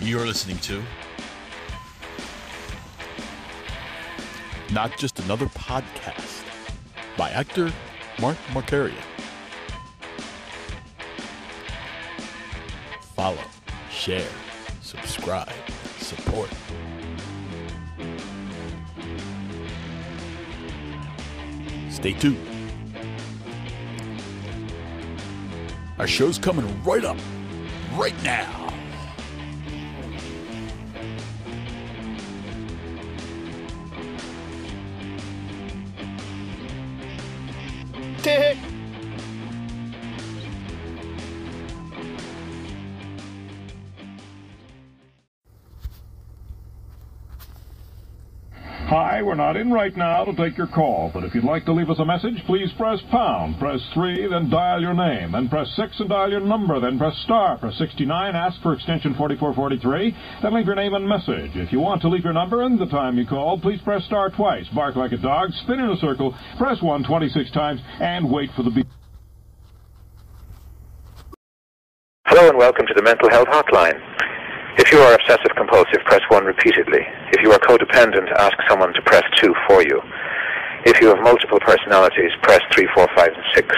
You're listening to Not Just Another Podcast by actor Mark Marcaria. Follow, share, subscribe, support. Stay tuned. Our show's coming right up, right now. Hi, we're not in right now to take your call, but if you'd like to leave us a message, please press pound, press 3, then dial your name, then press 6 and dial your number, then press star, press 69, ask for extension 4443, then leave your name and message. If you want to leave your number and the time you called, please press star twice, bark like a dog, spin in a circle, press 1 26 times, and wait for the beep. Hello and welcome to the Mental Health Hotline. If you are obsessive compulsive, press 1 repeatedly. If you are codependent, ask someone to press 2 for you. If you have multiple personalities, press 3, 4, 5, and 6.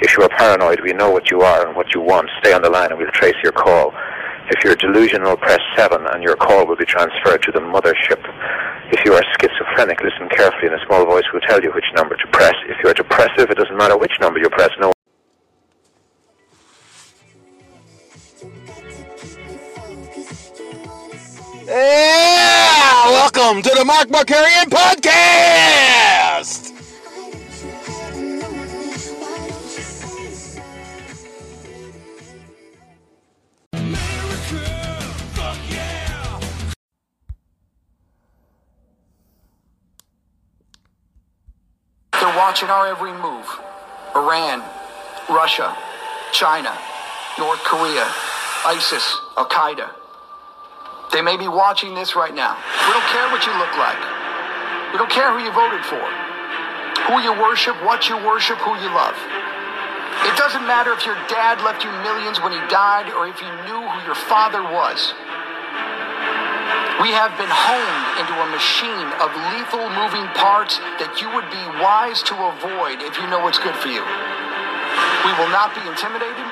If you are paranoid, we know what you are and what you want. Stay on the line and we'll trace your call. If you're delusional, press 7 and your call will be transferred to the mothership. If you are schizophrenic, listen carefully and a small voice will tell you which number to press. If you are depressive, it doesn't matter which number you press, no Yeah! Welcome to the Mark Markarian Podcast! They're watching our every move. Iran, Russia, China, North Korea, ISIS, Al Qaeda. They may be watching this right now. We don't care what you look like. We don't care who you voted for, who you worship, what you worship, who you love. It doesn't matter if your dad left you millions when he died or if you knew who your father was. We have been honed into a machine of lethal moving parts that you would be wise to avoid if you know what's good for you. We will not be intimidated.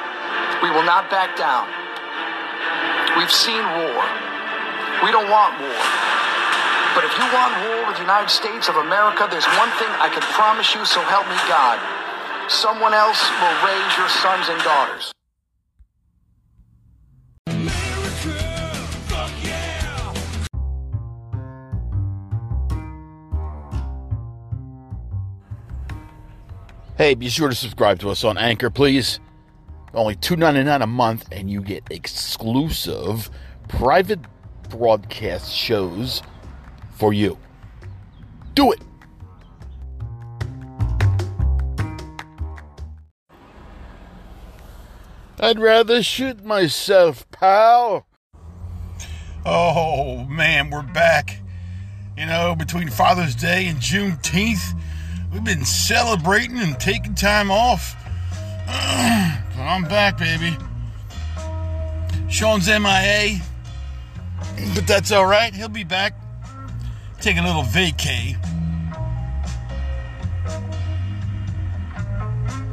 We will not back down. We've seen war. We don't want war. But if you want war with the United States of America, there's one thing I can promise you, so help me God. Someone else will raise your sons and daughters. Hey, be sure to subscribe to us on Anchor, please. Only $2.99 a month, and you get exclusive private broadcast shows for you. Do it! I'd rather shoot myself, pal. Oh, man, we're back. You know, between Father's Day and Juneteenth, we've been celebrating and taking time off. but I'm back, baby. Sean's MIA, but that's all right. He'll be back. Take a little vacay.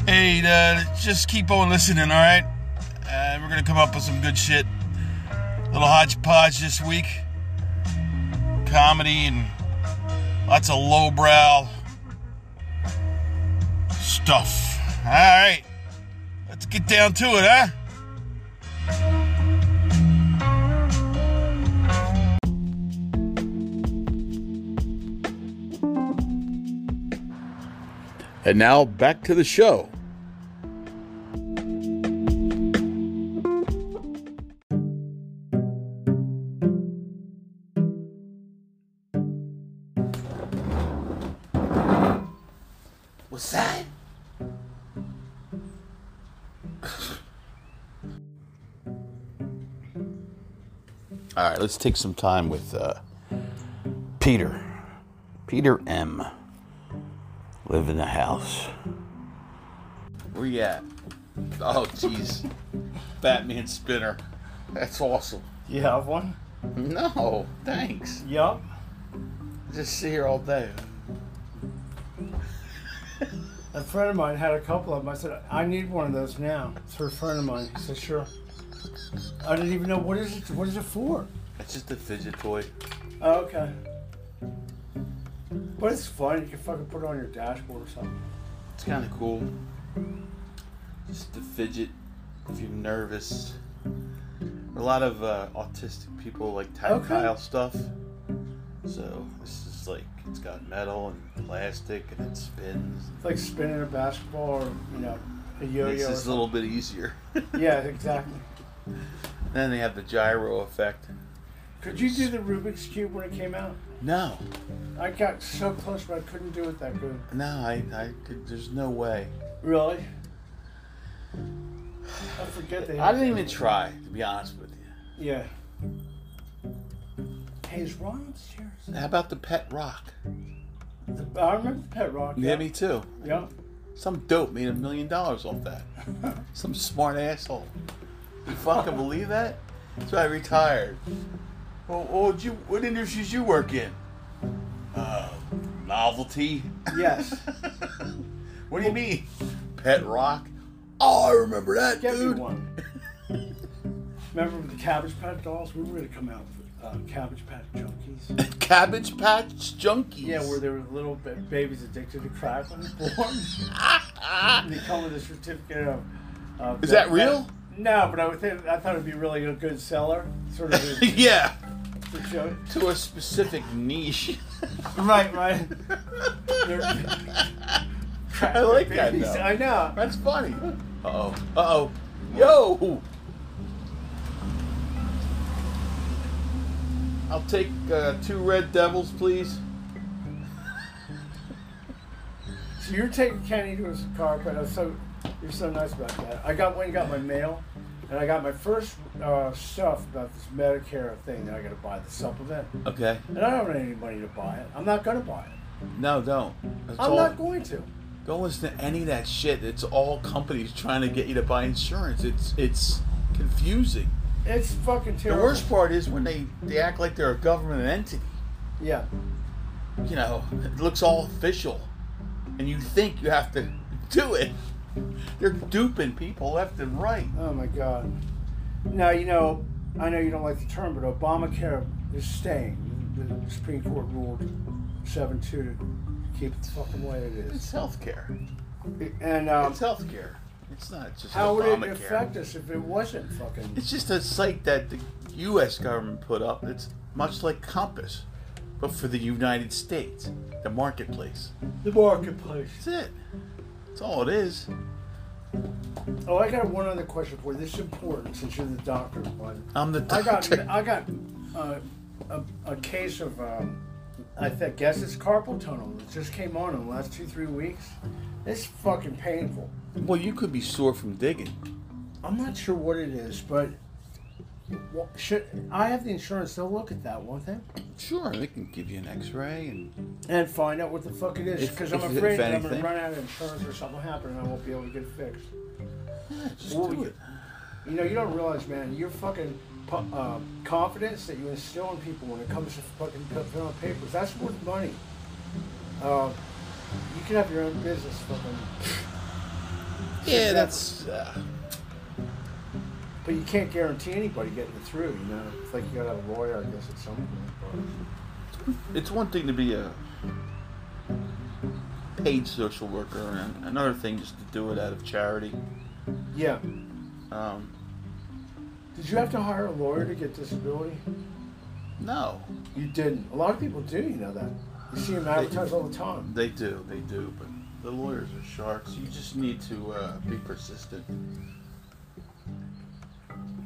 Hey, uh, just keep on listening, all right? Uh, we're gonna come up with some good shit. Little hodgepodge this week. Comedy and lots of lowbrow stuff. All right, let's get down to it, huh? And now back to the show. What's that? All right, let's take some time with uh, Peter. Peter M. Live in the house. Where you at? Oh, jeez. Batman Spinner. That's awesome. You have one? No, thanks. Yup. Just sit here all day. A friend of mine had a couple of them. I said, I need one of those now. It's for a friend of mine. He said, sure. I didn't even know what is it. What is it for? It's just a fidget toy. Oh, okay. But it's fun. You can fucking put it on your dashboard or something. It's kind of cool. Just to fidget if you're nervous. A lot of uh, autistic people like tactile stuff. So this is like it's got metal and plastic and it spins. It's like spinning a basketball or you know a yo-yo. Makes or this a little bit easier. something. Yeah, exactly. then they have the gyro effect. Could you do the Rubik's cube when it came out? No, I got so close, but I couldn't do it that good. no, I, I could, there's no way. Really? I forget they. I didn't even try to be honest with you. Yeah. Hey, is Ron upstairs? How about the pet rock? I remember Pet Rock. Yeah, me too. Yeah. Some dope made a million dollars off that. Some smart asshole. You fucking believe that? So I retired. Well, what would you? What industries you work in? Uh, novelty. Yes. What do you mean? Pet rock. Oh, I remember that, Get me dude. one. Remember the Cabbage Patch dolls? We were gonna come out with uh, Cabbage Patch junkies. Cabbage Patch Junkies. Yeah, where there were little ba- babies addicted to crack when they're born. and they come with a certificate of. of Is that real? no, but I would think I thought it'd be really a good seller, sort of a, yeah, a joke. to a specific niche. Right, right. They're crack I like that, babies. though. I know. That's funny. Uh oh. Uh oh. Yo! I'll take uh, two Red Devils, please. So you're taking Kenny to his car, but I'm so you're so nice about that. I got when and got my mail, and I got my first uh, stuff about this Medicare thing that I got to buy the supplement, Okay. and I don't have any money to buy it. I'm not going to buy it. No, don't. That's I'm all- not going to. Don't listen to any of that shit. It's all companies trying to get you to buy insurance. It's it's confusing. It's fucking The terrible. worst part is when they, they act like they're a government entity. Yeah. You know, it looks all official. And you think you have to do it. They're duping people left and right. Oh my God. Now you know. I know you don't like the term, but Obamacare is staying. The Supreme Court ruled seven-two to keep it the fucking way it It's is. healthcare. And um, It's healthcare. It's not just how would it Obamacare. affect us if it wasn't fucking? It's just a site that the U.S. government put up. It's much like Compass, but for the United States, the marketplace. The marketplace. That's it. That's all it is. Oh, I got one other question for you. This is important since you're the doctor. Bud. I'm the I got doctor. I got uh, a, a case of um, I th- guess it's carpal tunnel. It just came on in the last two three weeks. It's fucking painful. Well, you could be sore from digging. I'm not sure what it is, but wha- should I have the insurance? They'll look at that, won't they? Sure, they can give you an X-ray and And find out what the fuck it is If- because I'm if- if afraid that I'm gonna anything. run out of insurance or something will happen and I won't be able to get it fixed. yeah, just Well, do you- it. You know, you don't realize, man, your fucking pu- uh, confidence that you instill in people when it comes to fucking p- filling out papers, that's worth money. Uh, you can have your own business fucking, Yeah, that's. Uh, but you can't guarantee anybody getting it through, you know? It's like you gotta have a lawyer, I guess, at some point. it's one thing to be a paid social worker, and another thing is to do it out of charity. But, yeah. Um, Did you have to hire a lawyer to get disability? no, You didn't. A lot of people do, you know that. You see them advertised all the time. They do, they do, but the lawyers are sharks. You just need to uh, be persistent.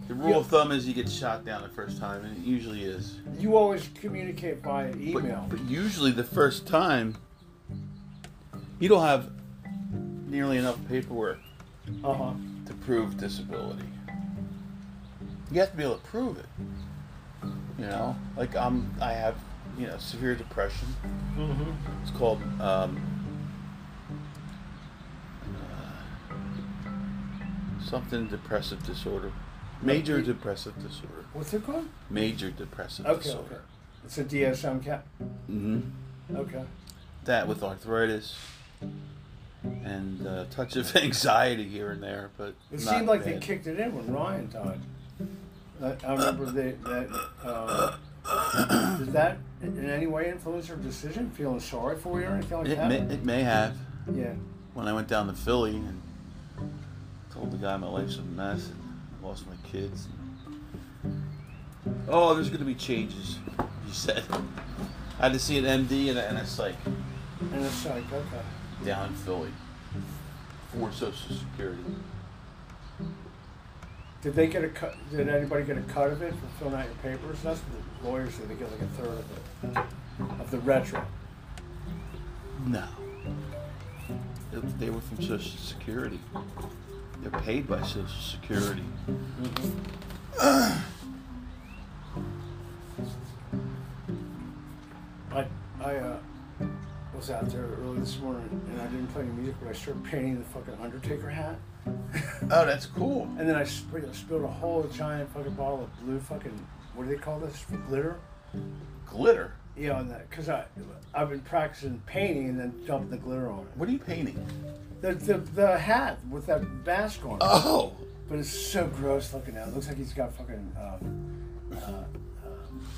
The rule of thumb is you get shot down the first time, and it usually is. You always communicate by But, email. but usually the first time, you don't have nearly enough paperwork Uh huh. to prove disability. You have to be able to prove it. You know, like I'm, I have, you know, severe depression. Mm-hmm. It's called. Um, uh, Something depressive disorder. Major depressive disorder. What's it called? Major depressive Okay, okay. disorder. It's a DSM cat. hmm Okay. That with arthritis and a touch of anxiety here and there, but It not seemed like they bad. kicked it in when Ryan died. I, I remember they, that. Uh, did that in any way influence your decision? Feeling sorry for you or anything like It that? may, it may have. yeah. When I went down to Philly and told the guy my life's a mess and lost my kids. oh, there's going to be changes, he said. I had to see an MD and, a- and a psych And it's like, okay. down in Philly for Social Security. Did they get a cut? Did anybody get a cut of it for filling out your papers? That's what the lawyers do. They get like a third of it, of the retro. No. It- They were from Social Security. They're paid by Social Security. I, I uh, was out there early this morning and I didn't play any music, but I started painting the fucking Undertaker hat. Oh, that's cool. And then I sp- spilled a whole giant fucking bottle of blue fucking, what do they call this? Glitter? Glitter. Yeah, on that. Because I've been practicing painting and then dumping the glitter on it. What are you painting? The, the, the hat with that mask on it. Oh, But it's so gross looking now. It looks like he's got fucking. Um,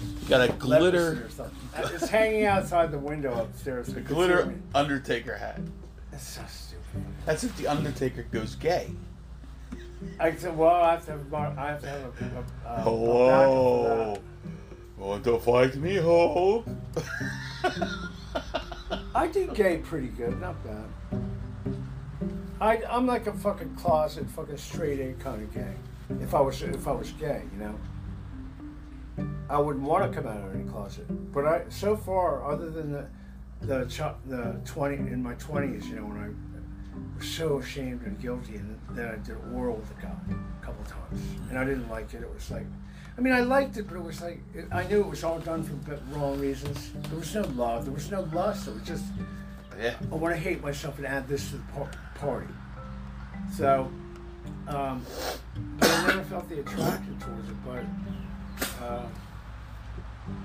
you got a leprosy glitter, Or something. It's hanging outside the window upstairs. The glitter Undertaker hat. It's so stupid. That's if the Undertaker goes gay. I said, well, I have to have, a bar- I have, to have a, a, a, a Hello. Oh. Want to fight me, Hulk? I do gay pretty good, not bad. I, I'm like a fucking closet, fucking straight A kind of gay. If I was if I was gay, you know, I wouldn't want to come out of any closet. But I so far, other than the the cho- the twenty in my twenties, you know, when I was so ashamed and guilty, and then I did oral with a guy a couple times, and I didn't like it. It was like, I mean, I liked it, but it was like it, I knew it was all done for b- wrong reasons. There was no love. There was no lust. It was just Yeah. I want to hate myself and add this to the par- party. So, um, but I never felt the attraction towards it. But uh,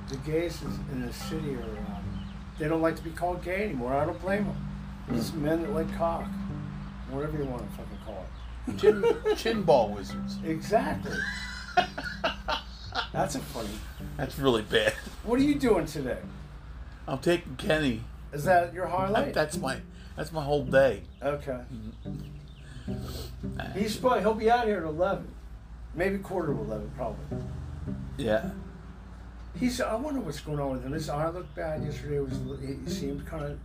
the gays is- in the city are, um, they don't like to be called gay anymore. I don't blame them. It's men that like cock, whatever you want to fucking call it. Chin, chin ball wizards. Exactly. That's a funny. That's really bad. What are you doing today? I'm taking Kenny. Is that your highlight? That's my that's my whole day. Okay. Mm-hmm. He's probably he'll be out here at eleven, maybe quarter to eleven, probably. Yeah. He's. I wonder what's going on with him. His eye looked bad yesterday. It was he seemed kind of,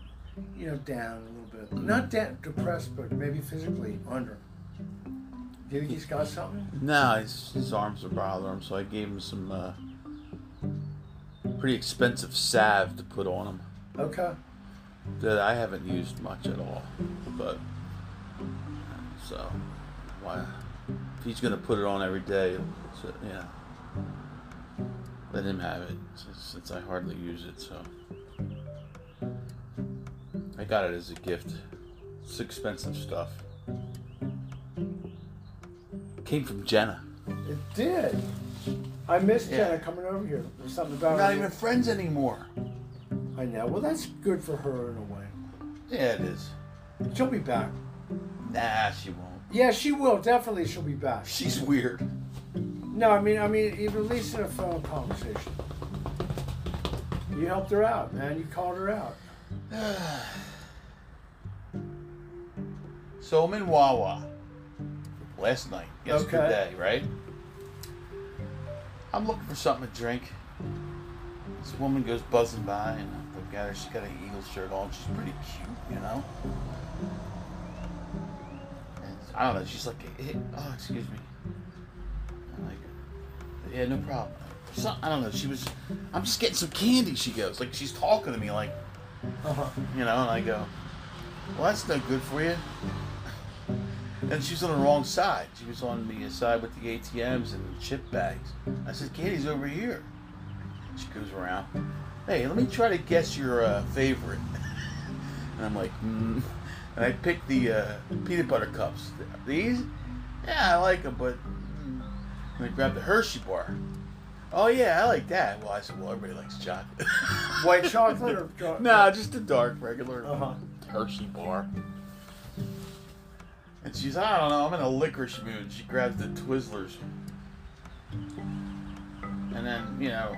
you know, down a little bit. Not down, depressed, but maybe physically under. Do you think he's got something? No, his, his arms are bothering him, so I gave him some uh, pretty expensive salve to put on him Okay. that I haven't used much at all. But so, why if he's gonna put it on every day, so, yeah, let him have it since, since I hardly use it. So I got it as a gift. It's expensive stuff. Came from Jenna. It did. I missed Yeah. Jenna coming over here. There's something about We're not her. even friends anymore. I know. Well, that's good for her in a way. Yeah, it is. She'll be back. Nah, she won't. Yeah, she will. Definitely, she'll be back. She's weird. No, I mean, I mean, even at least in a phone conversation. You helped her out, man. You called her out. So I'm in Wawa last night, yesterday, right? I'm looking for something to drink. This woman goes buzzing by, and I look at her. She's got an eagle shirt on. She's pretty cute, you know. And I don't know. She's like, "Hey, oh, excuse me. I'm like, yeah, no problem. So, I don't know. She was, I'm just getting some candy. She goes, like, she's talking to me, like, you know, and I go, well, that's no good for you. And she was on the wrong side. She was on the side with the ATMs and the chip bags. I said, Katie's over here. She goes around. Hey, let me try to guess your uh, favorite. and I'm like, mm. and I picked the uh, peanut butter cups. These? Yeah, I like them, but. mm. And I grabbed a Hershey bar. Oh yeah, I like that. Well, I said, well, everybody likes chocolate. White chocolate or chocolate? nah, just a dark regular Uh-huh. Hershey bar. And she's, I don't know, I'm in a licorice mood. She grabs the Twizzlers. And then, you know,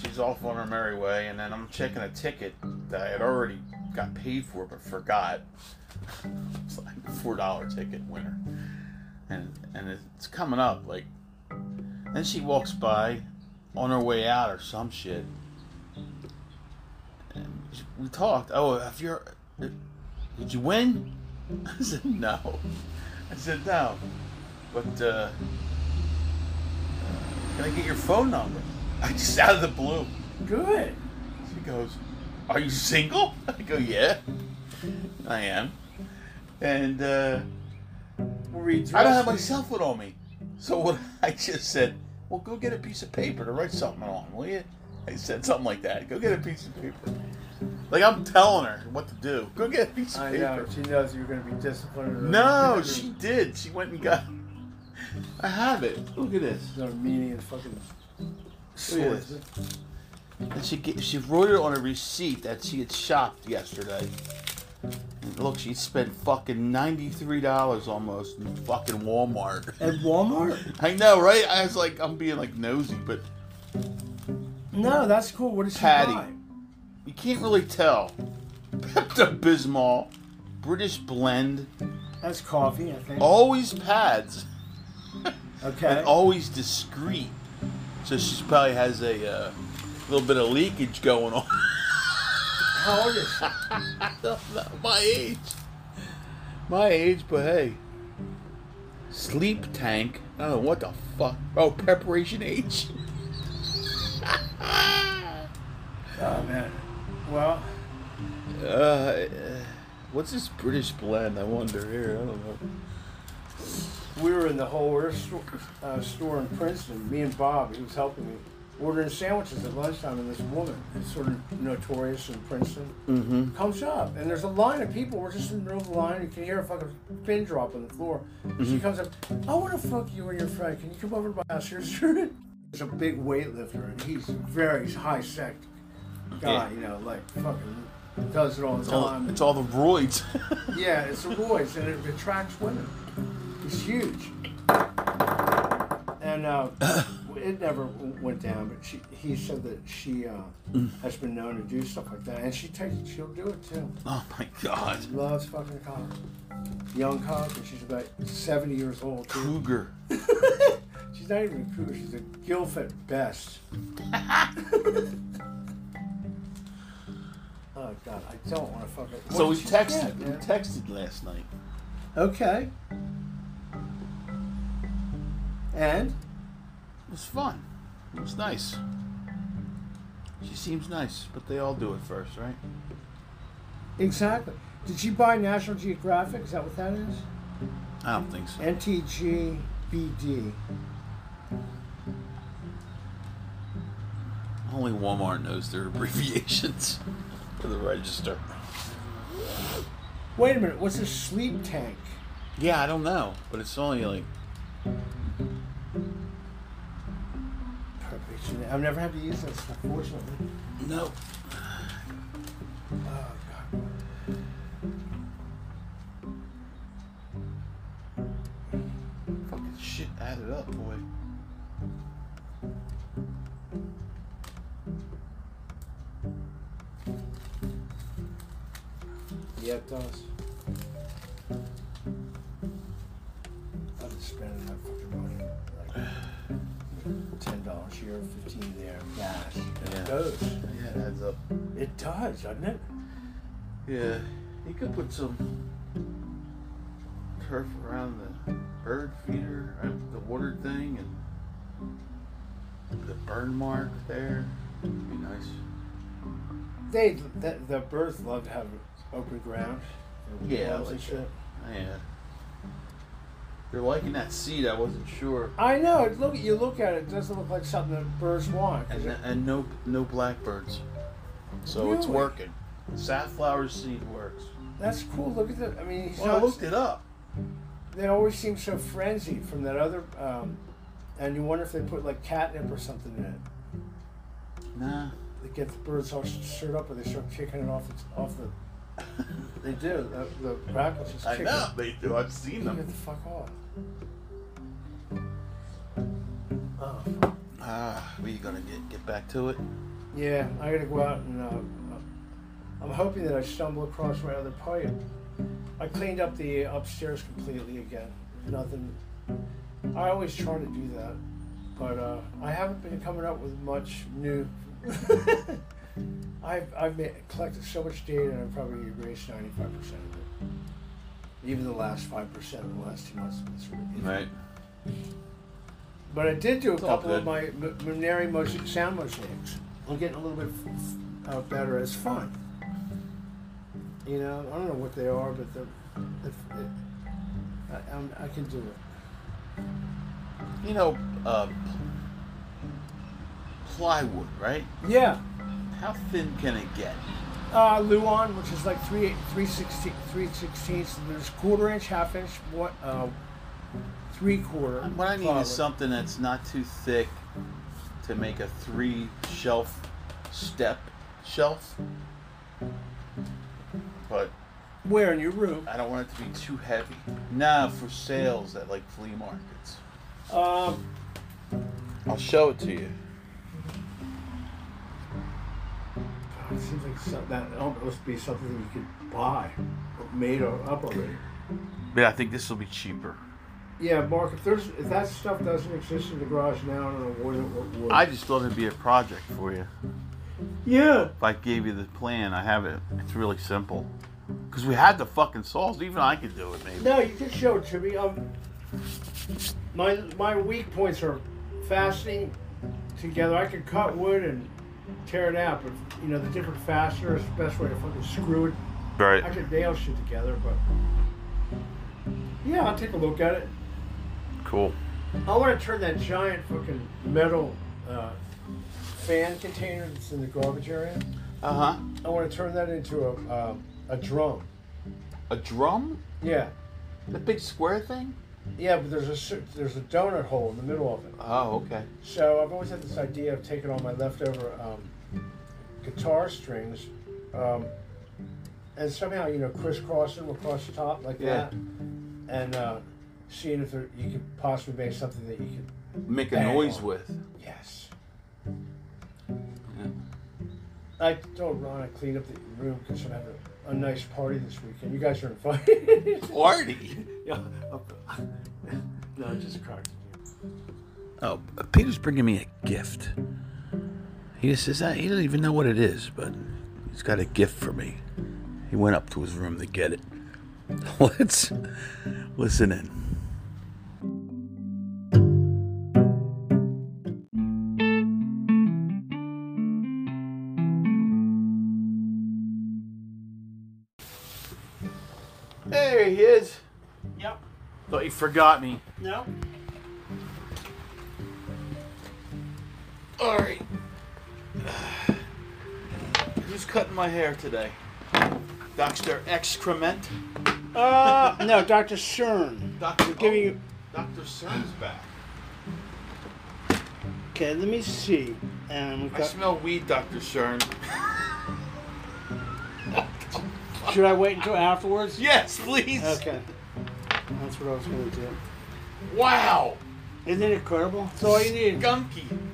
she's off on her merry way. And then I'm checking a ticket that I had already got paid for but forgot. It's like a $4 ticket winner. And, and it's coming up, like. Then she walks by on her way out or some shit. And we talked. Oh, if you're. Did you win? I said, no. I said, no. But, uh, uh, can I get your phone number? I just out of the blue. Good. She goes, Are you single? I go, Yeah, I am. And, uh, Were we I don't have my dressed- cell phone on me. So what I just said, well, go get a piece of paper to write something on, will you? I said something like that. Go get a piece of paper. Like I'm telling her what to do. Go get a piece of I paper. know. She knows you're going to be disciplined. or- No, she did. She went and got. I have it. Look at this. She's not meaning and fucking. swords. And she ga- she wrote it on a receipt that she had shopped yesterday. And look, she spent fucking ninety three dollars almost in fucking Walmart. At Walmart? I know, right? I was like, I'm being like nosy, but No, that's cool. What is she Patty. buy? you can't really tell. Pepto Bismol, British blend, That's coffee, I think. always pads. okay. and always discreet. So she probably has a uh, little bit of leakage going on. How old is she? My age. My age, but hey. Sleep tank. Oh, what the fuck? Oh, preparation H. Oh, man. Well, Uh, uh, what's this British blend? I wonder here. I don't know. we were in the whole order store, uh, store in Princeton. Me and Bob, he was helping me, ordering sandwiches at lunchtime. And this woman, it's sort of notorious in Princeton, mm-hmm. comes up. And there's a line of people. We're just in the middle of the line. You can hear a fucking pin drop on the floor. She comes up, I want to fuck you and your friend. Can you come over to my house? Here's your. There's a big weightlifter, and he's very high sec guy, Yeah. you know, like fucking does it all the It's all, time. it's all the roids. Yeah, it's a voice and it attracts women. It's huge. And uh, it never w- went down, but she, he said that she uh, has been known to do stuff like that, and she takes she'll do it too. oh my god. Loves fucking cock, young cock, and she's about seventy years old. Too. Cougar. She's not even a cougar; she's a gilf at best. oh god, I don't want to fuck it. So What we did she texted. get, we man? texted last night. Okay. And It was fun. It was nice. She seems nice, but they all do it first, right? exactly. Did she buy National Geographic? Is that what that is? I don't think so. NTGBD. Only Walmart knows their abbreviations for the register. Wait a minute. What's a sleep tank? Yeah, I don't know, but it's only like Preparation. I've never had to use this, unfortunately. no. Oh God. Fucking shit added up, boy. Yeah, it does. I've been spending my fucking money like ten dollars here, fifteen there, gas. Yeah. It goes. Yeah, it adds up. It does, doesn't it? Yeah, you could put some turf around the bird feeder, uh, the water thing, and the burn mark there. It'd be nice. They the, the birds love to have open ground. Yeah, I Loves like and shit. Yeah. You're liking that seed. I wasn't sure. I know. it- Look, you look at it. It doesn't look like something that birds want. 'cause And, it- and no no blackbirds. So it's Really? working. Safflower seed works. that's cool. Look at the. I mean, he's Well, I not, looked it up. they always seem so frenzied from that other um, And you wonder if they put like catnip or something in it. Nah. They get the birds all stirred up and they start kicking it off its, off the. They do. The, the brackets just I kick know it. they do. I've seen Get the them. fuck off. Oh. Ah, we gonna get get back to it. Yeah, I gotta go out and uh, I'm hoping that I stumble across my other pipe. I cleaned up the upstairs completely again. Nothing. I always try to do that, but uh, I haven't been coming up with much new. I've I've ma- collected so much data and I probably erased 95 percent of it. Even the last five percent in the last two months. of this review. But I did do a all couple good. of my M- Munari motion, sound mosaics. I'm getting a little bit f- uh, better. It's fun. You know, I don't know what they are, but they're, if it, I, I'm, I can do it. You know, uh, pl- plywood, right? Yeah. How thin can it get? Uh, Luan, which is like three, three, sixteen, three sixteenths. There's quarter inch, half inch, what, uh, three quarter. What I need plywood. is something that's not too thick to make a three shelf step shelf. But Where in your room? I don't want it to be too heavy. Nah, for sales at like flea markets. Um, I'll show it to you. Ah, It seems like some, that almost be something that you could buy, or made or up already. But I think this will be cheaper. Yeah, Mark. If there's if that stuff doesn't exist in the garage now, I don't know what it what would. I just thought it'd be a project for you. yeah. If I gave you the plan, I have it. It's really simple. Because we had the fucking saws. Even I could do it, maybe. No, you can show it to me. Um, my my weak points are fastening together. I could cut wood and tear it out, but you know the different fastener is the best way to fucking screw it. Right. I could nail shit together, but yeah, I'll take a look at it. Cool. I want to turn that giant fucking metal uh, fan container that's in the garbage area. Uh huh. I want to turn that into a um a drum. A drum? Yeah, That big square thing? yeah, but there's a cer- there's a donut hole in the middle of it. Oh, okay. So I've always had this idea of taking all my leftover um, guitar strings, um, and somehow you know crisscrossing them across the top like Yeah. that, and uh, seeing if there, you could possibly make something that you could. Make a Bang noise on. with. Yes. I told Ron I cleaned up the room because I'm having a, a nice party this weekend. You guys are invited. Party. Yeah. no, I just cracked. Oh, Peter's bringing me a gift. He just says that he doesn't even know what it is, but he's got a gift for me. He went up to his room to get it. Let's listen in. There he is. Yep. Thought you forgot me. No. All right. Who's cutting my hair today? Doctor Excrement. Uh, no, Dr. Cern. Doctor Oh, Giving you. Doctor Cern's back. Okay, let me see. And we've I got, smell weed, Doctor Cern. should I wait until afterwards? Yes, please. Okay. That's what I was going to do. Wow. Isn't it incredible? That's all you need. Gunky.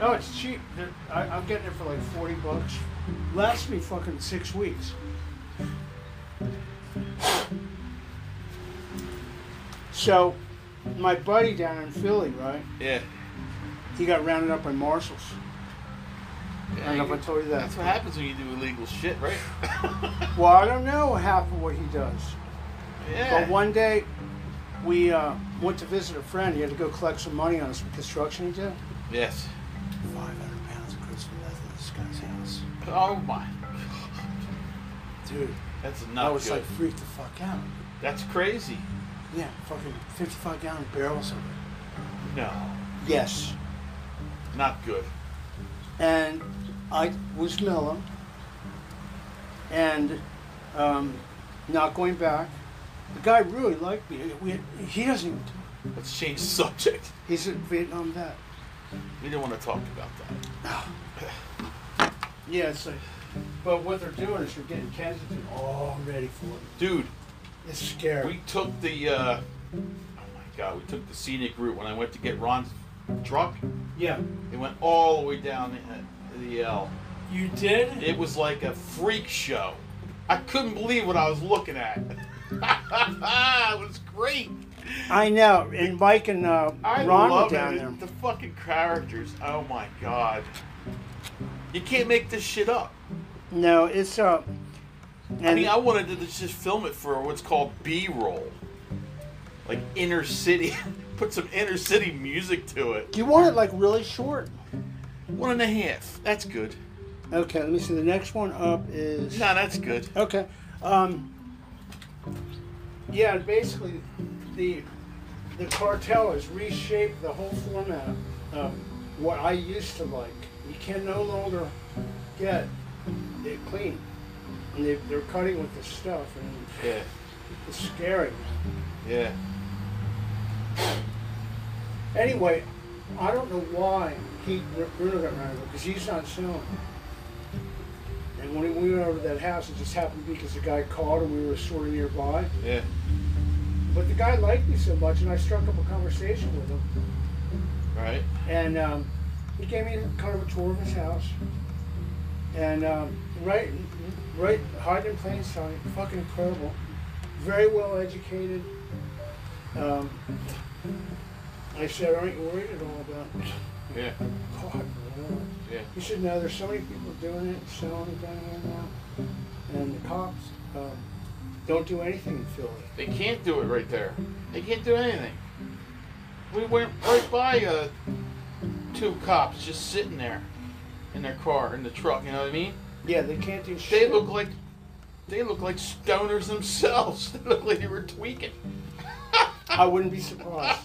No, it's cheap. They're- I, I'm getting it for like 40 bucks. Lasts me fucking six weeks. So, my buddy down in Philly, right? Yeah. He got rounded up by marshals. I don't know if I told you that. That's what happens when you do illegal shit, right? Well, I don't know half of what he does. yeah. But one day, we uh, went to visit a friend. He had to go collect some money on some construction he did. Yes. 500 pounds of crystal meth in this guy's house. Oh my. Dude, That's I not was good. like freaked the fuck out. That's crazy. Yeah, fucking 55 gallon barrels of it. No. Yes. Not good. And I was mellow and um, not going back. The guy really liked me. We, he doesn't even Let's change the subject. He's in Vietnam vet. We didn't want to talk about that. Yeah, it's like, but what they're doing is they're getting Kensington all ready for it. Dude, It's scary. we took the, uh, oh my god, we took the scenic route when I went to get Ron's truck. yeah, It went all the way down the, the L. you did. It was like a freak show. I couldn't believe what I was looking at. it was great. I know, and Mike and uh, I Ron were love down it. there. The fucking characters. Oh my god. You can't make this shit up. No, it's uh, and I mean, I wanted to just film it for what's called B-roll, like inner city. Put some inner city music to it. you want it like really short. One and a half. That's good. Okay, let me see. The next one up is Nah, that's good. okay. Um, Yeah, and basically, the the cartel has reshaped the whole format of what I used to like. You can no longer get it clean, and they, they're cutting with the stuff, and Yeah, it's scary. yeah. Anyway, I don't know why he Bruno got ran over because he's not selling. And when we went over to that house, it just happened because the guy called and we were sort of nearby. Yeah. But the guy liked me so much, and I struck up a conversation with him. Right. And um, he gave me kind of a tour of his house. And um, right, right, hiding in plain sight, fucking incredible. Very well educated. Um, I said, aren't you worried at all about Yeah. God, Bruno?" Yeah. He said, no, there's so many people doing it, selling it down here now. And the cops um, don't do anything in Philly. They can't do it right there. They can't do anything. We went right by uh, two cops just sitting there in their car in the truck. You know what I mean? Yeah, they can't do They shit. look like they look like stoners themselves. They look like they were tweaking. I wouldn't be surprised.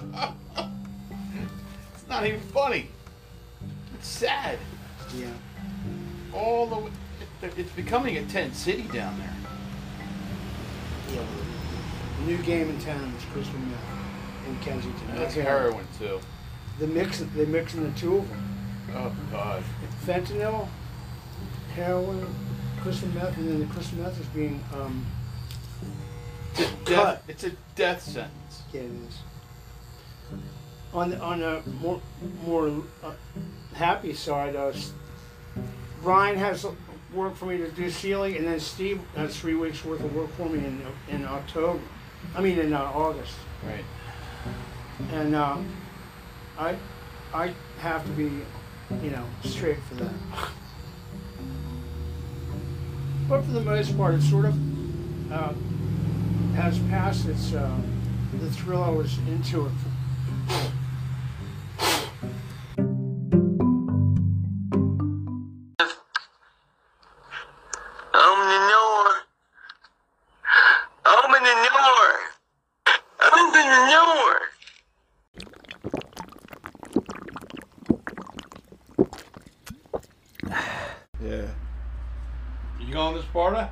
It's not even funny. It's sad. yeah. All the way, it- it's becoming a tent city down there. Yeah. New game in town is Crystal Mill in Kensington. And that's Okay. heroin too. The mix, they're mixing the two of them. Oh God. Fentanyl, heroin, crystal meth, and then the crystal meth is being, um, It's a death, it's a death sentence. yeah, it is. On, the- on a more, more uh, happy side, uh, S- Ryan has work for me to do Sealy, and then Steve has three weeks worth of work for me in, in October. I mean, in uh, August. Right. and uh, I I have to be, you know, straight for that. But for the most part, it sort of uh, has passed its uh, the thrill I was into it. I'm in the north. I'm in the north. I'm in the north. Yeah. You going to Sparta?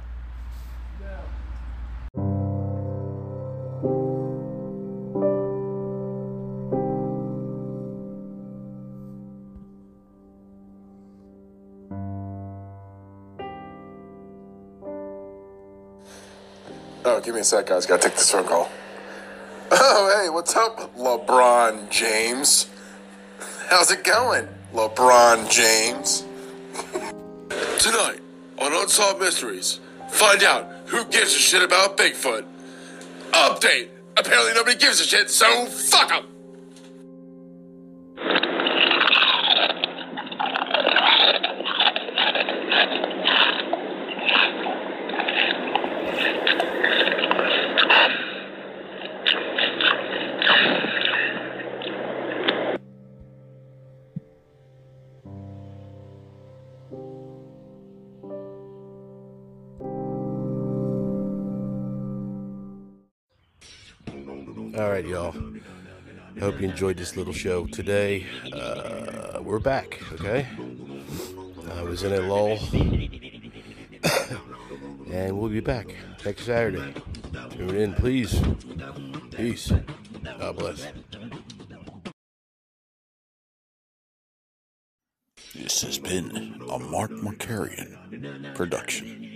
Oh, give me a sec, guys. Gotta take this phone call. Oh, hey, what's up, LeBron James? How's it going, LeBron James? Tonight on Unsolved Mysteries, find out who gives a shit about Bigfoot. Update! Apparently nobody gives a shit, so fuck 'em! All right, y'all. I hope you enjoyed this little show today. Uh, we're back, okay? I was in a lull. and we'll be back next Saturday. Tune in, please. Peace. God bless. This has been a Mark Markarian production.